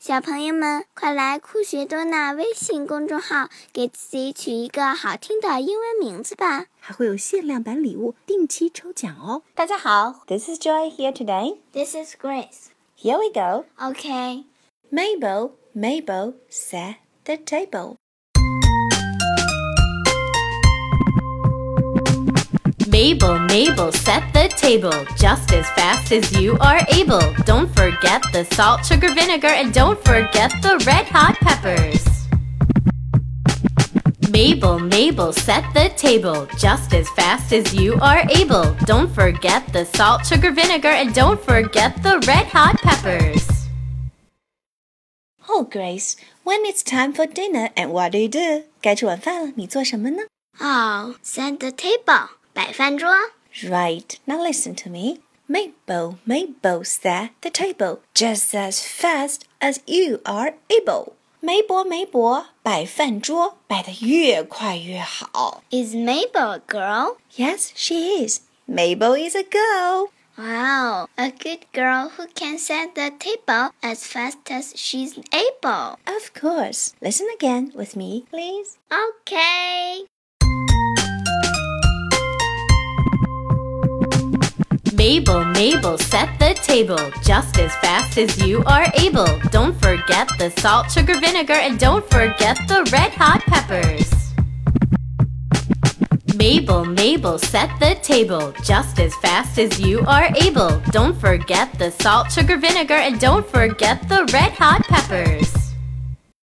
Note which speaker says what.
Speaker 1: 小朋友们，快来酷学多纳微信公众号给自己取一个好听的英文名字吧！
Speaker 2: 还会有限量版礼物定期抽奖哦。
Speaker 3: 大家好，This is Joy here today.
Speaker 1: This is Grace.
Speaker 3: Here we go.
Speaker 1: Okay.
Speaker 3: Mabel, Mabel, set the table.
Speaker 4: Mabel, Mabel, set the table just as fast as you are able. Don't forget the salt, sugar, vinegar, and don't forget the red hot peppers. Mabel, Mabel, set the table just as fast as you are able. Don't forget the salt, sugar, vinegar, and don't forget the red hot peppers.
Speaker 3: Oh, Grace, when it's time for dinner, and what do you do? 该吃晚饭了，你做什么呢
Speaker 1: Oh, set the table. 摆饭桌。
Speaker 3: ？Right, now listen to me. Mabel, Mabel, set the table just as fast as you are able. 梅伯，梅伯，摆饭桌摆得越快越好。
Speaker 1: Is Mabel a girl?
Speaker 3: Yes, she is. Mabel is a girl.
Speaker 1: Wow, a good girl who can set the table as fast as she's able.
Speaker 3: Of course. Listen again with me, please.
Speaker 1: Okay.
Speaker 4: Mabel, Mabel, set the table just as fast as you are able. Don't forget the salt, sugar, vinegar, and don't forget the red hot peppers. Mabel, Mabel, set the table just as fast as you are able. Don't forget the salt, sugar, vinegar, and don't forget the red hot peppers.